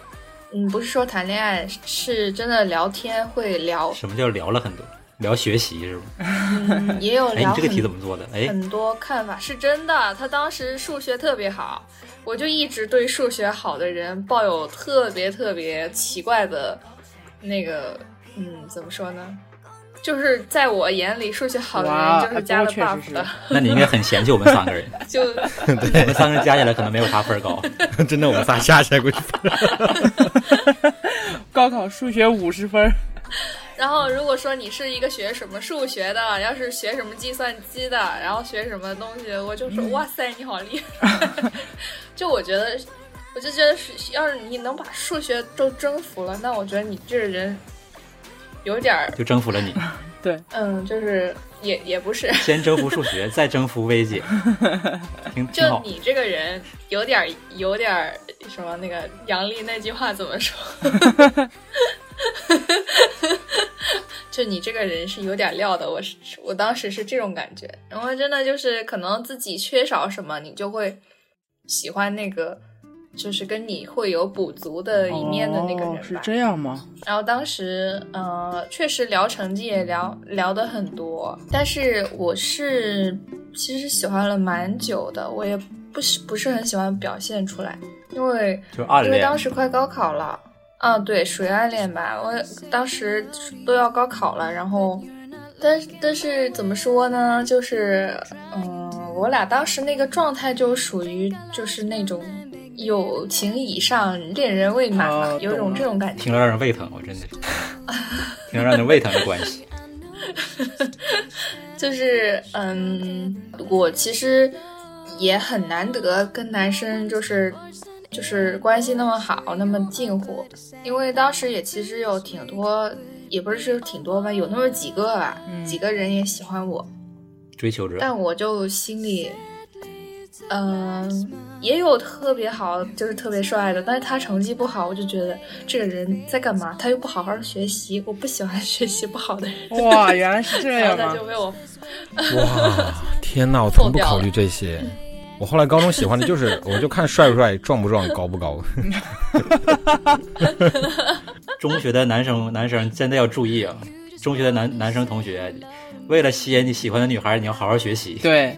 S5: 嗯，不是说谈恋爱，是真的聊天会聊
S2: 什么叫聊了很多？聊学习是吗？
S5: 嗯，也有
S2: 哎，你
S5: 聊
S2: 这个题
S5: 很
S2: 怎么做的？哎，
S5: 很多看法是真的。他当时数学特别好，我就一直对数学好的人抱有特别特别奇怪的那个，嗯，怎么说呢？就是在我眼里，数学好的
S3: 哇，
S5: 人就
S3: 哎
S5: 是
S3: 不
S5: 加
S3: 过
S5: 了
S3: 确实
S5: buff
S3: 是
S5: 的，，
S2: 那你应该很嫌弃我们三个 人，
S5: 就
S2: 我们三个人加起来可能没有他分儿高。
S4: 真的我们仨下起来估计
S3: 高考数学五十 分儿，
S5: 然后如果说你是一个学什么数学的，要是学什么计算机的，然后学什么东西，我就说、哇塞，你好厉害！就我觉得，我就觉得是，要是你能把数学都征服了，那我觉得你这人有点儿，
S2: 就征服了 你，
S5: 嗯，就是也也不是，
S2: 先征服数学，再征服薇姐，挺挺
S5: 就
S2: 好。
S5: 你这个人有点儿有点儿什么那个杨笠那句话怎么说？ 就你这个人是有点料的，我是我当时是这种感觉，然后真的就是可能自己缺少什么，你就会喜欢那个，就是跟你会有补足的一面的那个人吧。
S3: 哦、是这样吗？
S5: 然后当时呃，确实聊成绩也聊聊的很多，但是我是其实喜欢了蛮久的，我也不喜不是很喜欢表现出来，因为
S2: 就暗
S5: 因为
S2: 恋，
S5: 当时快高考了，啊，对，属于暗恋吧。我当时都要高考了，然后，但是但是怎么说呢，就是，嗯，我俩当时那个状态就属于就是那种友情以上，恋人未满嘛，
S3: 哦
S5: 有
S3: 懂
S5: 种
S3: 了
S5: 这种感觉。
S2: 听着让人胃疼，我真的是，听着让人胃疼的关系。
S5: 就是嗯，我其实也很难得跟男生就是就是关系那么好，那么近乎，因为当时也其实有挺多，也不是说挺多吧，有那么几个吧，
S3: 嗯
S5: 几个人也喜欢我，
S2: 追求者，
S5: 但哎我就心里，嗯、也有特别好，就是特别帅的，但是他成绩不好，我就觉得这个人在干嘛？他又不好好学习，我不喜欢 学习不好的人，
S3: 哇，原来是这
S5: 然后
S3: 样啊
S5: 他
S3: 吗
S5: 就？被我
S4: 哇，天哪！我从不考虑这些。我后来高中喜欢的就是，我就看帅不帅、壮不壮、高不高。
S2: 中学的男生男生真的要注意啊！中学的男男生同学，为了吸引你喜欢的女孩，你要好好学习。
S3: 对，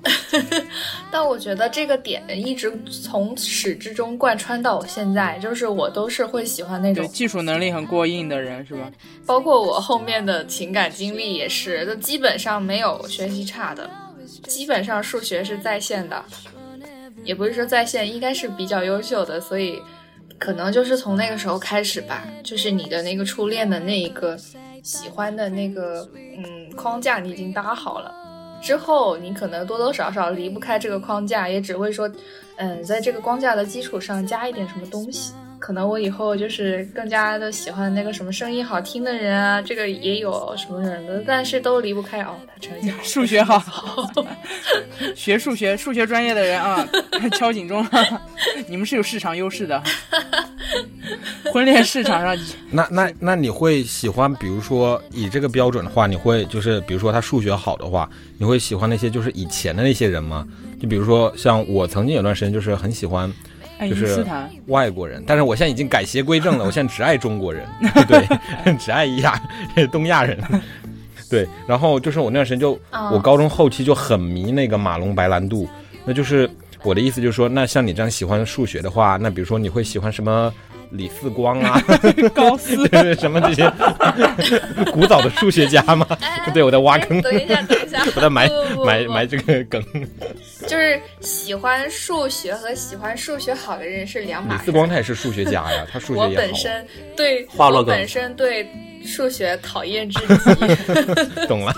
S5: 但我觉得这个点一直从始至终贯穿到我现在，就是我都是会喜欢那
S3: 对，
S5: 种，
S3: 技术能力很过硬的人是吧？
S5: 包括我后面的情感经历也是，就基本上没有学习差的，基本上数学是在线的，也不是说在线，应该是比较优秀的，所以可能就是从那个时候开始吧，就是你的那个初恋的那一个喜欢的那个嗯框架你已经搭好了。之后，你可能多多少少离不开这个框架，也只会说，嗯，在这个框架的基础上加一点什么东西。可能我以后就是更加的喜欢那个什么声音好听的人啊，这个也有什么人的，但是都离不开哦，他成绩好，
S3: 数学好，学数学数学专业的人啊，敲警钟了， 你们是有市场优势 的。婚恋市场上，
S4: 那那那你会喜欢，比如说以这个标准的话，你会就是比如说他数学好的话，你会喜欢那些就是以前的那些人吗？就比如说像我曾经有段时间就是很喜欢
S3: 爱因
S4: 就
S3: 斯
S4: 是
S3: 坦，
S4: 外国人，但是我现在已经改邪归正了，我现在只爱中国人， 对， 只爱亚东亚人。 对，然后就是我那段时间就，
S5: 啊
S4: 我高中后期就很迷那个马龙白兰度，那就是我的意思就是说，那像你这样喜欢数学的话，那比如说你会喜欢什么李四光 啊，
S3: 高斯
S4: 什么这些 古早的数学家 吗？对，我在挖坑
S5: 哎，等一下，等 一下，
S4: 我在埋
S5: 不不
S4: 埋
S5: 不
S4: 埋这个梗。
S5: 就是喜欢数学和喜欢数学好的人是两
S4: 李
S5: 码
S4: 四
S5: 事。
S4: 光他也是数学家 呀，他数学
S5: 我
S4: 也
S5: 本
S4: 好啊
S5: 身对，
S2: 话落
S5: 我
S2: 梗
S5: 本身对数学讨厌至 极，
S4: 啊，懂了。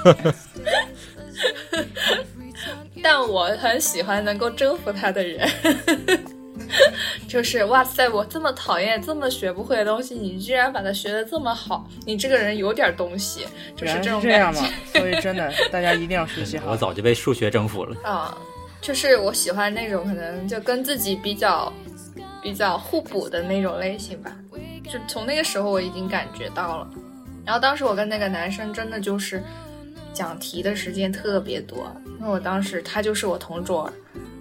S5: 但我很喜欢能够征服他的人。 就是哇塞，我这么讨厌、这么学不会的东西，你居然把它学的这么好，你这个人有点东西，就是
S3: 原来
S5: 这
S3: 是
S5: 种
S3: 这样
S5: 感
S3: 嘛
S5: 觉。，
S3: 所以真的大家一定要学习
S2: 我
S3: 好。
S2: 早就被数学征服了。
S5: 啊、就是我喜欢那种可能就跟自己比较比较互补的那种类型吧。就从那个时候我已经感觉到了。然后当时我跟那个男生真的就是讲题的时间特别多，因为我当时他就是我同桌，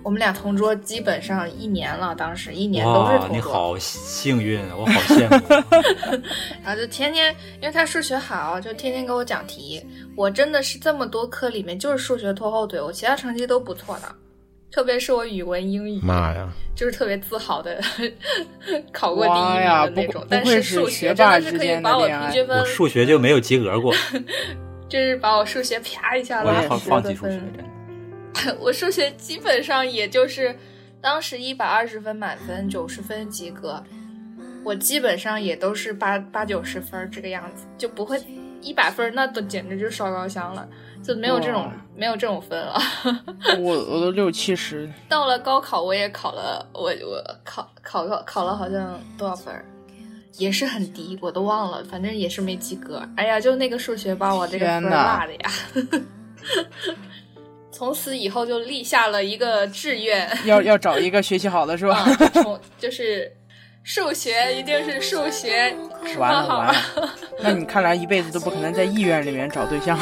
S5: 我们俩同桌基本上一年了，当时一年都是
S2: 哇，
S5: 同
S2: 你
S5: 桌。
S2: 好幸运，我好羡慕。
S5: 然然后就天天，因为他数学好，就天天给我讲题。我真的是这么多科里面，就是数学拖后腿，我其他成绩都不错的，特别是我语文、英语，
S4: 妈呀，
S5: 就是特别自豪的 考过第一
S3: 哇
S5: 名
S3: 呀，
S5: 的
S3: 不
S5: 那
S3: 不
S5: 种。但
S3: 愧是
S5: 数
S3: 学
S5: 学
S3: 霸
S5: 真
S3: 之
S5: 的是可以
S3: 间的
S5: 把我
S3: 恋爱
S5: 平均分
S2: 我，数学就没有及格过，
S5: 就是把我数学啪一下
S2: 我
S5: 拉
S2: 就
S3: 也
S5: 十
S2: 放放
S3: 是
S5: 多分。
S2: 弃数学，真的。
S5: 我数学基本上也就是当时一百二十分满分，九十分及格，我基本上也都是八八九十分这个样子，就不会一百分，那都简直就是烧高香了，就没有这种
S3: 哇
S5: 没有这种分了。
S3: 我我都六七十，
S5: 到了高考，我也考了，我我考考考考了好像多少分儿，也是很低，我都忘了，反正也是没及格。哎呀，就那个数学把我这个
S3: 天
S5: 分儿
S3: 哪
S5: 落的呀。 从此以后就立下了一个志愿，
S3: 要要找一个学习好的是吧？
S5: 啊， 从就是数学一定是数 学，是
S3: 完
S5: 吗？
S3: 了
S5: 好
S3: 完了
S5: 吗？，
S3: 那你看来一辈子都不可能在医院里面找对象。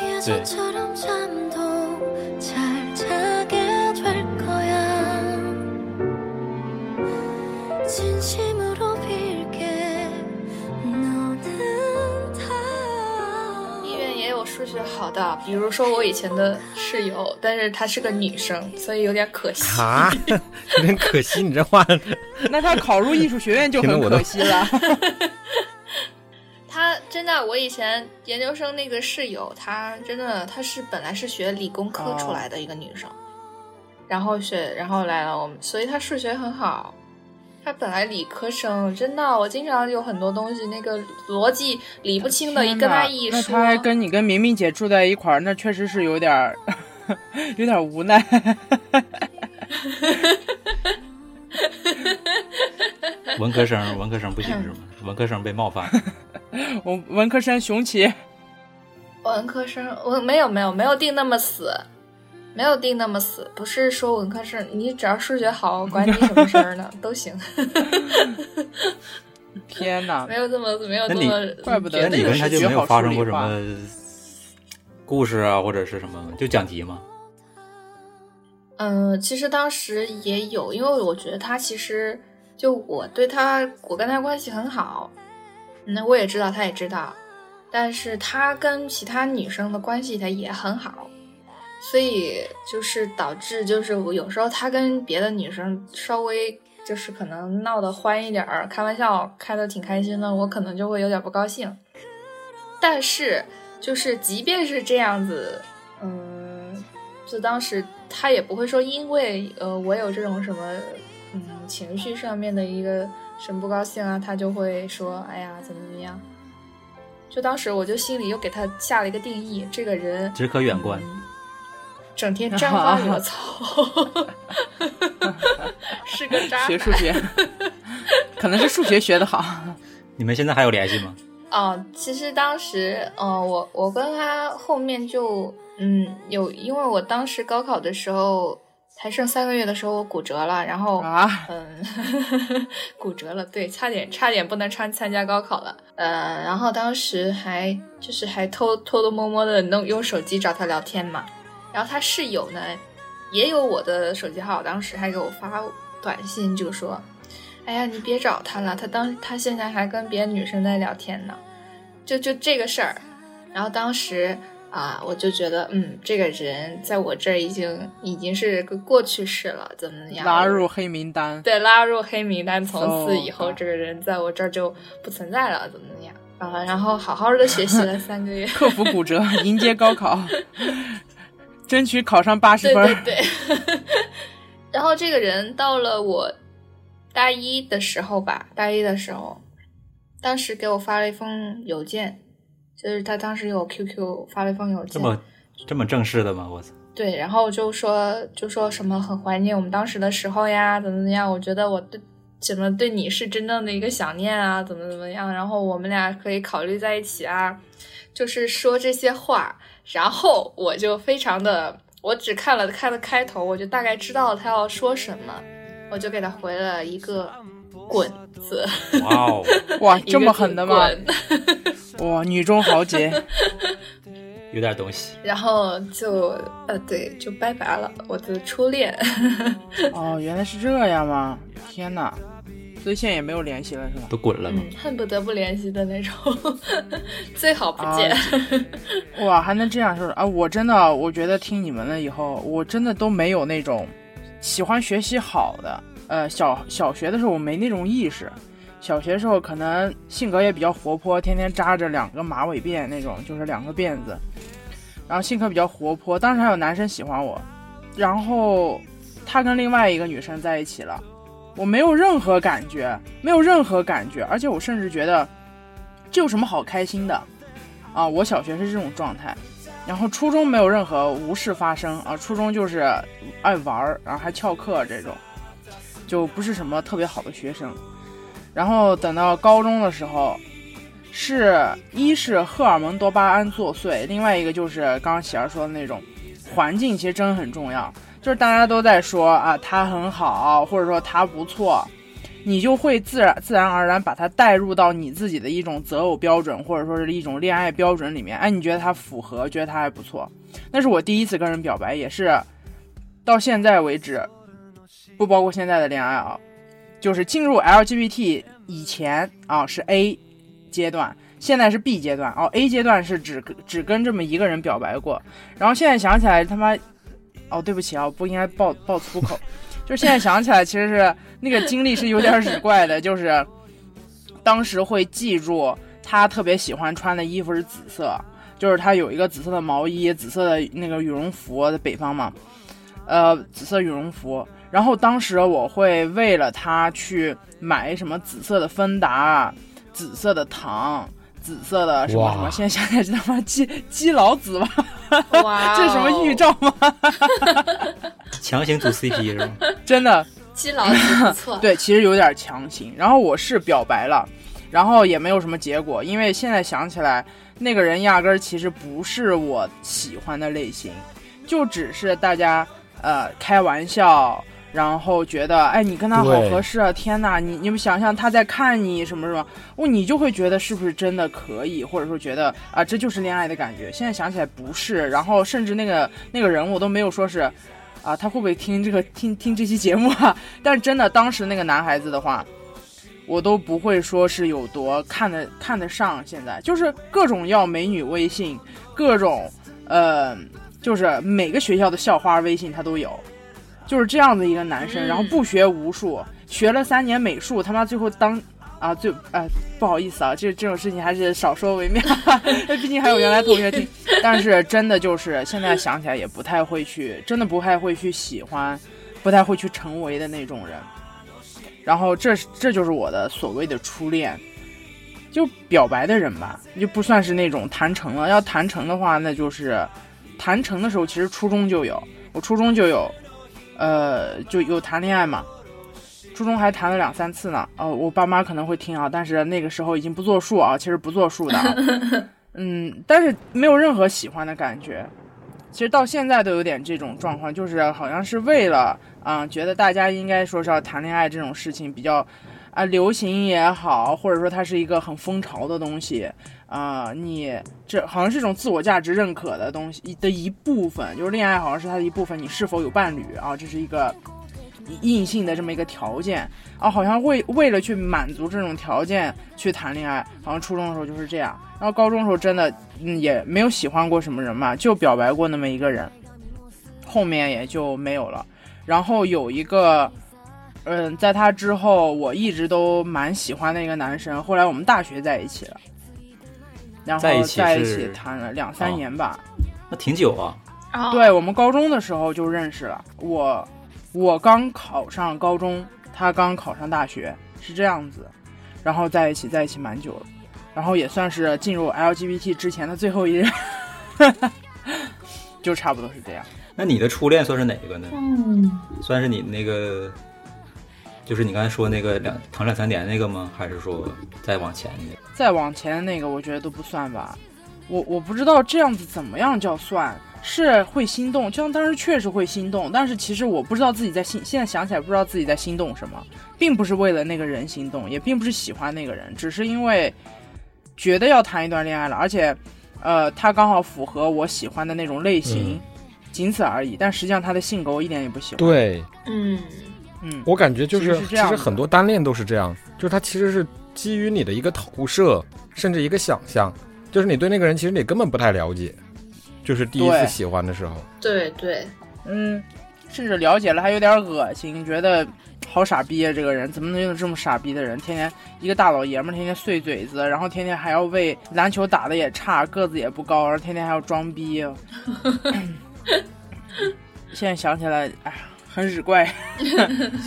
S6: 예전처럼 잠도 잘 자게 될 거야 진심으로 빌게 너는 다
S5: 医院也有数学好的，比如说我以前的室友，但是她是个女生，所以有点可惜。
S4: 啊， 有点可惜，你这话
S3: 那他考入艺术学院就很可惜了。
S5: 她真的，我以前研究生那个室友，她真的她是本来是学理工科
S3: 哦
S5: 出来的一个女生，然后学然后来了我们，所以她数学很好。她本来理科生，真的，我经常有很多东西那个逻辑理不清的，一跟她一
S3: 那
S5: 说，
S3: 他还跟你跟明明姐住在一块儿，那确实是有点儿 有点儿无奈。
S2: 文科生，文科生不行是吗？文科生被冒犯，
S3: 我文科生雄起，
S5: 文科生，我没有没有没有定那么死，没有定那么死，不是说文科生，你只要数学好，管你什么生儿呢都行，
S3: 天哪
S5: 没！有这么没有
S2: 那
S5: 这
S2: 你
S5: 么，
S3: 怪不得
S2: 那
S5: 绝
S2: 你
S5: 对
S2: 跟
S5: 是
S2: 他就
S3: 学
S2: 没有
S3: 好
S2: 发生
S3: 数理
S2: 过什
S3: 化
S2: 么故事啊，或者是什么？就讲题吗？
S5: 嗯，其实当时也有，因为我觉得他其实就我对他，我跟他关系很好，那我也知道，他也知道，但是他跟其他女生的关系他也很好，所以就是导致就是我有时候他跟别的女生稍微就是可能闹得欢一点儿，开玩笑开的挺开心的，我可能就会有点不高兴。但是就是即便是这样子，嗯，就当时他也不会说因为呃我有这种什么嗯情绪上面的一个什么不高兴啊，他就会说哎呀怎么怎么样。就当时我就心里又给他下了一个定义，这个人
S2: 只可远观，
S5: 嗯整天沾花惹草， 是个渣
S3: 学
S5: 男
S3: 数学，可能是数学学得好。
S2: 你们现在还有联系吗？
S5: 哦，其实当时，呃，我我跟他后面就，嗯，有，因为我当时高考的时候还剩三个月的时候，我骨折了，然后，
S3: 啊
S5: 嗯， 骨折了，对，差点差点不能参参加高考了，呃，然后当时还就是还偷偷偷摸摸的弄用手机找他聊天嘛，然后他室友呢也有我的手机号，当时还给我发短信就说，哎呀，你别找他了，他当他现在还跟别的女生在聊天呢，就就这个事儿。然后当时啊，我就觉得，嗯，这个人在我这儿已经已经是个过去式了，怎么样？
S3: 拉入黑名单，
S5: 对拉入黑名单，从此以后
S3: 哦
S5: 这个人在我这儿就不存在了，怎么样？啊，然后好好的学习了三个月，
S3: 克服骨 折，迎接高考，争取考上八十
S5: 对
S3: 分
S5: 对
S3: 儿。
S5: 对。 然后这个人到了我大一的时候吧，大一的时候，当时给我发了一封邮件，就是他当时有 QQ 发了一封邮件，
S2: 这么这么正式的吗？我操！
S5: 对，然后就说就说什么很怀念我们当时的时候呀，怎么怎么样？我觉得我对怎么对你是真正的一个想念啊，怎么怎么样？然后我们俩可以考虑在一起啊，就是说这些话。然后我就非常的，我只看了看了开头，我就大概知道他要说什么，我就给他回了一个“滚”字，
S2: 哇哦，
S3: 哇，
S5: 一
S3: 这
S5: 个
S3: 么狠的吗？
S5: 滚
S3: 哇，女中豪杰，
S2: 有点东西。
S5: 然后就呃，对，就拜拜了，我的初恋。
S3: 哦，原来是这样吗？天哪！所以现在也没有联系了，是吧？
S2: 都滚了嘛。
S5: 嗯，恨不得不联系的那种， 最好不见。
S3: 哇，还能这样说啊！我真的，我觉得听你们了以后，我真的都没有那种喜欢学习好的。呃，小小学的时候我没那种意识，小学的时候可能性格也比较活泼，天天扎着两个马尾辫那种，就是两个辫子，然后性格比较活泼。当时还有男生喜欢我，然后他跟另外一个女生在一起了，我没有任何感觉，没有任何感觉，而且我甚至觉得这有什么好开心的？啊，我小学是这种状态，然后初中没有任何无事发生啊，初中就是爱玩儿，然后还翘课这种，就不是什么特别好的学生。然后等到高中的时候，是一是荷尔蒙多巴胺作祟，另外一个就是刚刚喜儿说的那种环境，其实真很重要。就是大家都在说啊，他很好，或者说他不错，你就会自然自然而然把它带入到你自己的一种择偶标准，或者说是一种恋爱标准里面。哎，你觉得他符合，觉得他还不错。那是我第一次跟人表白，也是到现在为止，不包括现在的恋爱啊，就是进入 LGBT 以前啊是 A 阶段，现在是 B 阶段。哦，A 阶段是只只跟这么一个人表白过，然后现在想起来他妈，哦，对不起啊，我不应该爆爆粗口。就是现在想起来，其实是那个经历是有点使怪的，就是当时会记住他特别喜欢穿的衣服是紫色，就是他有一个紫色的毛衣、紫色的那个羽绒服，在北方嘛，呃，紫色羽绒服。然后当时我会为了他去买什么紫色的芬达、紫色的糖、紫色的什么什
S4: 哇
S3: 么，现在想起来是他妈鸡鸡老紫吧？
S5: 哇、
S3: 这是哦什么预？兆吗？
S5: 嗯
S2: 强行组 CP 是吧？
S3: 真的，
S5: 基佬子不错。
S3: 对，其实有点强行。然后我是表白了，然后也没有什么结果，因为现在想起来，那个人压根儿其实不是我喜欢的类型，就只是大家呃开玩笑。然后觉得，哎，你跟他好
S4: 对
S3: 合适啊！天哪，你你们想象他在看你什么什么，哦，你就会觉得是不是真的可以，或者说觉得啊，这就是恋爱的感觉。现在想起来不是，然后甚至那个 那个人我都没有说是，啊，他会不会听这个听听这期节目啊？ 但是真的，当时那个男孩子的话，我都不会说是有多看得看得上。现在就是各种要美女微信，各种呃，就是每个学校的校花微信他都有，就是这样的一个男生，然后不学无术，学了三年美术，他妈最后当。啊，最啊，不好意思啊，这这种事情还是少说为妙， 毕竟还有原来同学听。但是真的就是现在想起来也不太会去，真的不太会去喜欢，不太会去成为的那种人。然后这是这就是我的所谓的初恋，就表白的人吧，就不算是那种谈成了。要谈成的话，那就是谈成的时候，其实初中就有，我初中就有，呃，就有谈恋爱嘛。初中还谈了两三次呢，哦，我爸妈可能会听啊，但是那个时候已经不作数啊，其实不作数的啊，嗯，但是没有任何喜欢的感觉。其实到现在都有点这种状况，就是好像是为了啊、觉得大家应该说是要谈恋爱这种事情比较啊、流行也好，或者说它是一个很风潮的东西啊、你这好像是一种自我价值认可的东西的一部分，就是恋爱好像是它的一部分，你是否有伴侣啊，这是一个硬性的这么一个条件啊，好像为为了去满足这种条件去谈恋爱，好像初中的时候就是这样，然后高中的时候真的嗯也没有喜欢过什么人嘛，就表白过那么一个人，后面也就没有了。然后有一个，嗯，在他之后我一直都蛮喜欢的一个男生，后来我们大学在一起了，然后
S2: 在一起
S3: 在一
S2: 是
S3: 起谈了两三
S2: 哦
S3: 年吧，
S2: 那挺久啊，
S5: 哦
S3: 对我们高中的时候就认识了。我我刚考上高中，他刚考上大学，是这样子，然后在一起在一起蛮久了，然后也算是进入 LGBT 之前的最后一任， 就差不多是这样。
S2: 那你的初恋算是哪个呢？
S5: 嗯，
S2: 算是你那个，就是你刚才说那个两谈两三年那个吗？还是说再往前那个？
S3: 再往前的那个，我觉得都不算吧。我我不知道这样子怎么样叫算，是会心动，就像当时确实会心动，但是其实我不知道自己在心，现在想起来不知道自己在心动什么，并不是为了那个人心动，也并不是喜欢那个人，只是因为觉得要谈一段恋爱了，而且，呃，他刚好符合我喜欢的那种类型，仅此而已。但实际上他的性格我一点也不喜欢。
S4: 对，
S5: 嗯，
S3: 嗯，
S4: 我感觉就是
S3: 其实是
S4: 其
S3: 这样
S4: 实
S3: 的
S4: 很多单恋都是这样，就是它其实是基于你的一个投射，甚至一个想象，就是你对那个人其实你根本不太了解，就是第一次
S3: 对
S4: 喜欢的时候，
S5: 对对，
S3: 嗯，甚至了解了还有点恶心，觉得好傻逼啊！这个人怎么能有这么傻逼的人？天天一个大老爷们儿，天天碎嘴子，然后天天还要为篮球打的也差，个子也不高，然后天天还要装逼。 现在想起来，哎呀，很日怪。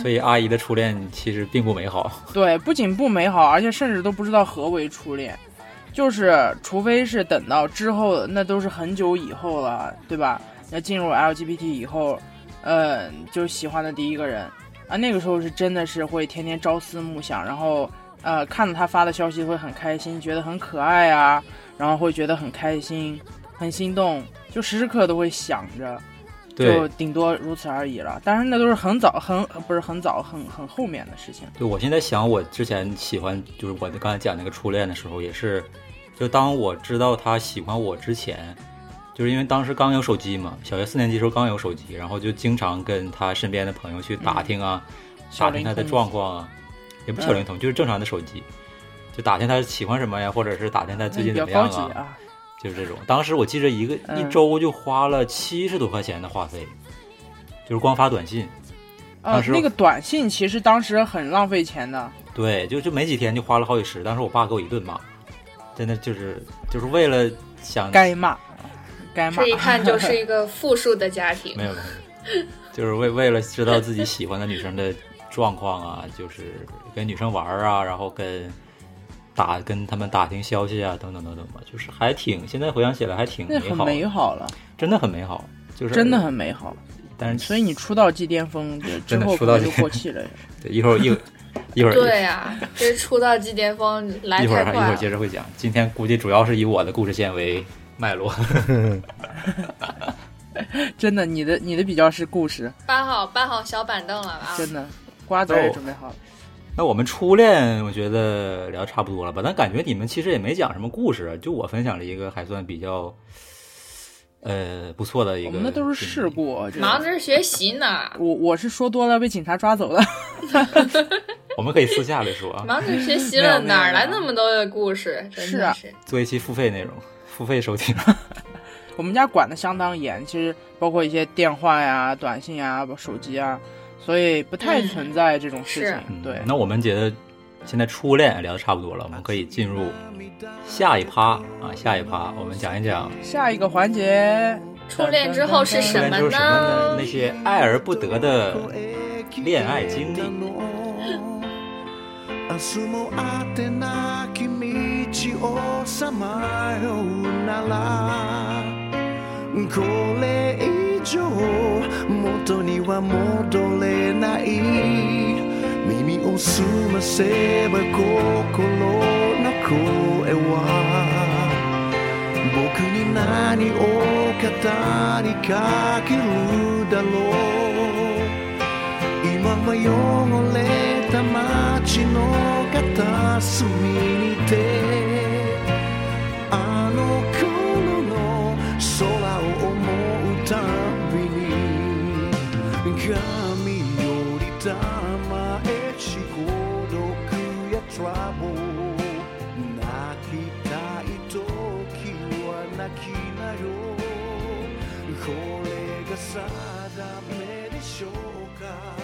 S2: 所以阿姨的初恋其实并不美 好。
S3: 对，不仅不美好，而且甚至都不知道何为初恋。就是，除非是等到之后，那都是很久以后了，对吧？要进入 LGBT 以后，呃，就喜欢的第一个人啊，那个时候是真的是会天天朝思暮想，然后呃，看到他发的消息会很开心，觉得很可爱啊，然后会觉得很开心，很心动，就时时刻刻都会想着，就
S2: 对，
S3: 顶多如此而已了。但是那都是很早，很不是很早，很很后面的事情。
S2: 对我现在想，我之前喜欢就是我刚才讲那个初恋的时候，也是，就当我知道他喜欢我之前，就是因为当时刚有手机嘛，小学四年级时候刚有手机，然后就经常跟他身边的朋友去打听啊，
S3: 嗯小
S2: 打
S3: 灵嗯
S2: 听他的
S3: 通
S2: 状况啊，也不是小灵通，就是正常的手机，就打听他喜欢什么呀，或者是打听他最近
S3: 比
S2: 怎么
S3: 较
S2: 样
S3: 高级啊，
S2: 就是这种。当时我记着一个、
S3: 嗯
S2: 一周就花了七十多块钱的话费，就是光发短信，
S3: 啊
S2: 当，时
S3: 那个短信其实当时很浪费钱的，
S2: 对，就就没几天就花了好几十。当时我爸给我一顿骂，真的就是就是为了想
S3: 该骂，该骂
S5: 这，一看就是一个富庶的家 庭
S2: 没。有没有，就是为为了知道自己喜欢的女生的状况啊，就是跟女生玩儿啊，然后跟打跟他们打听消息啊，等等等等吧，就是还挺现在回想起来还挺
S3: 那
S2: 美
S3: 很
S2: 好的，
S3: 美好了，
S2: 真的很美好，就是
S3: 真的很美好。
S2: 但是
S3: 所以你出道即巅峰，对之
S2: 真的
S3: 后
S2: 出
S3: 可
S2: 道
S3: 能就
S2: 即
S3: 过 气了。
S2: 对一会儿一会儿一会儿
S5: 对啊，这出道即巅峰来
S2: 一会
S5: 太
S2: 儿还一
S5: 快
S2: 会儿
S5: 了。
S2: 接着会讲。今天估计主要是以我的故事线为脉络。
S3: 真的，你的你的比较是故事，
S5: 搬好搬好小板凳了啊！
S3: 真的，瓜子儿也准备好了。
S2: 那我们初恋，我觉得聊差不多了吧？但感觉你们其实也没讲什么故事，就我分享了一个还算比较，呃，不错的一个。
S3: 我们那都是事。故，我觉得
S5: 忙着学习呢，
S3: 我我是说多了被警察抓走了。
S2: 我们可以私下里说啊，
S5: 忙着学习
S3: 没
S5: 了，
S3: 有没有
S5: 哪儿来
S3: 没有
S5: 那么多的故事？真
S3: 是
S5: 的
S3: 啊
S5: 是，
S2: 做一期付费内容，付费收听。啊
S3: 我们家管的相当严，其实包括一些电话呀、短信呀、手机啊，所以不太
S5: 嗯
S3: 存在这种事情。
S2: 嗯
S3: 对，
S2: 那我们觉得现在初恋聊的差不多了，我们可以进入下一趴啊，下一趴我们讲一讲
S3: 下一个环节，
S5: 初恋之后是
S2: 初
S5: 什
S2: 恋
S5: 么
S2: 之后什么呢？
S5: 呢？
S2: 那些爱而不得的恋爱经历。
S1: 明日もあてなき道をさまようならこれ以上元には戻れない耳を澄ませば心の声は僕に何を語りかけるだろう今は汚れた街の片隅にいてあの頃の空を思うたびに神より玉へし孤独やトラブル泣きたい時は泣きなよこれが定めでしょうか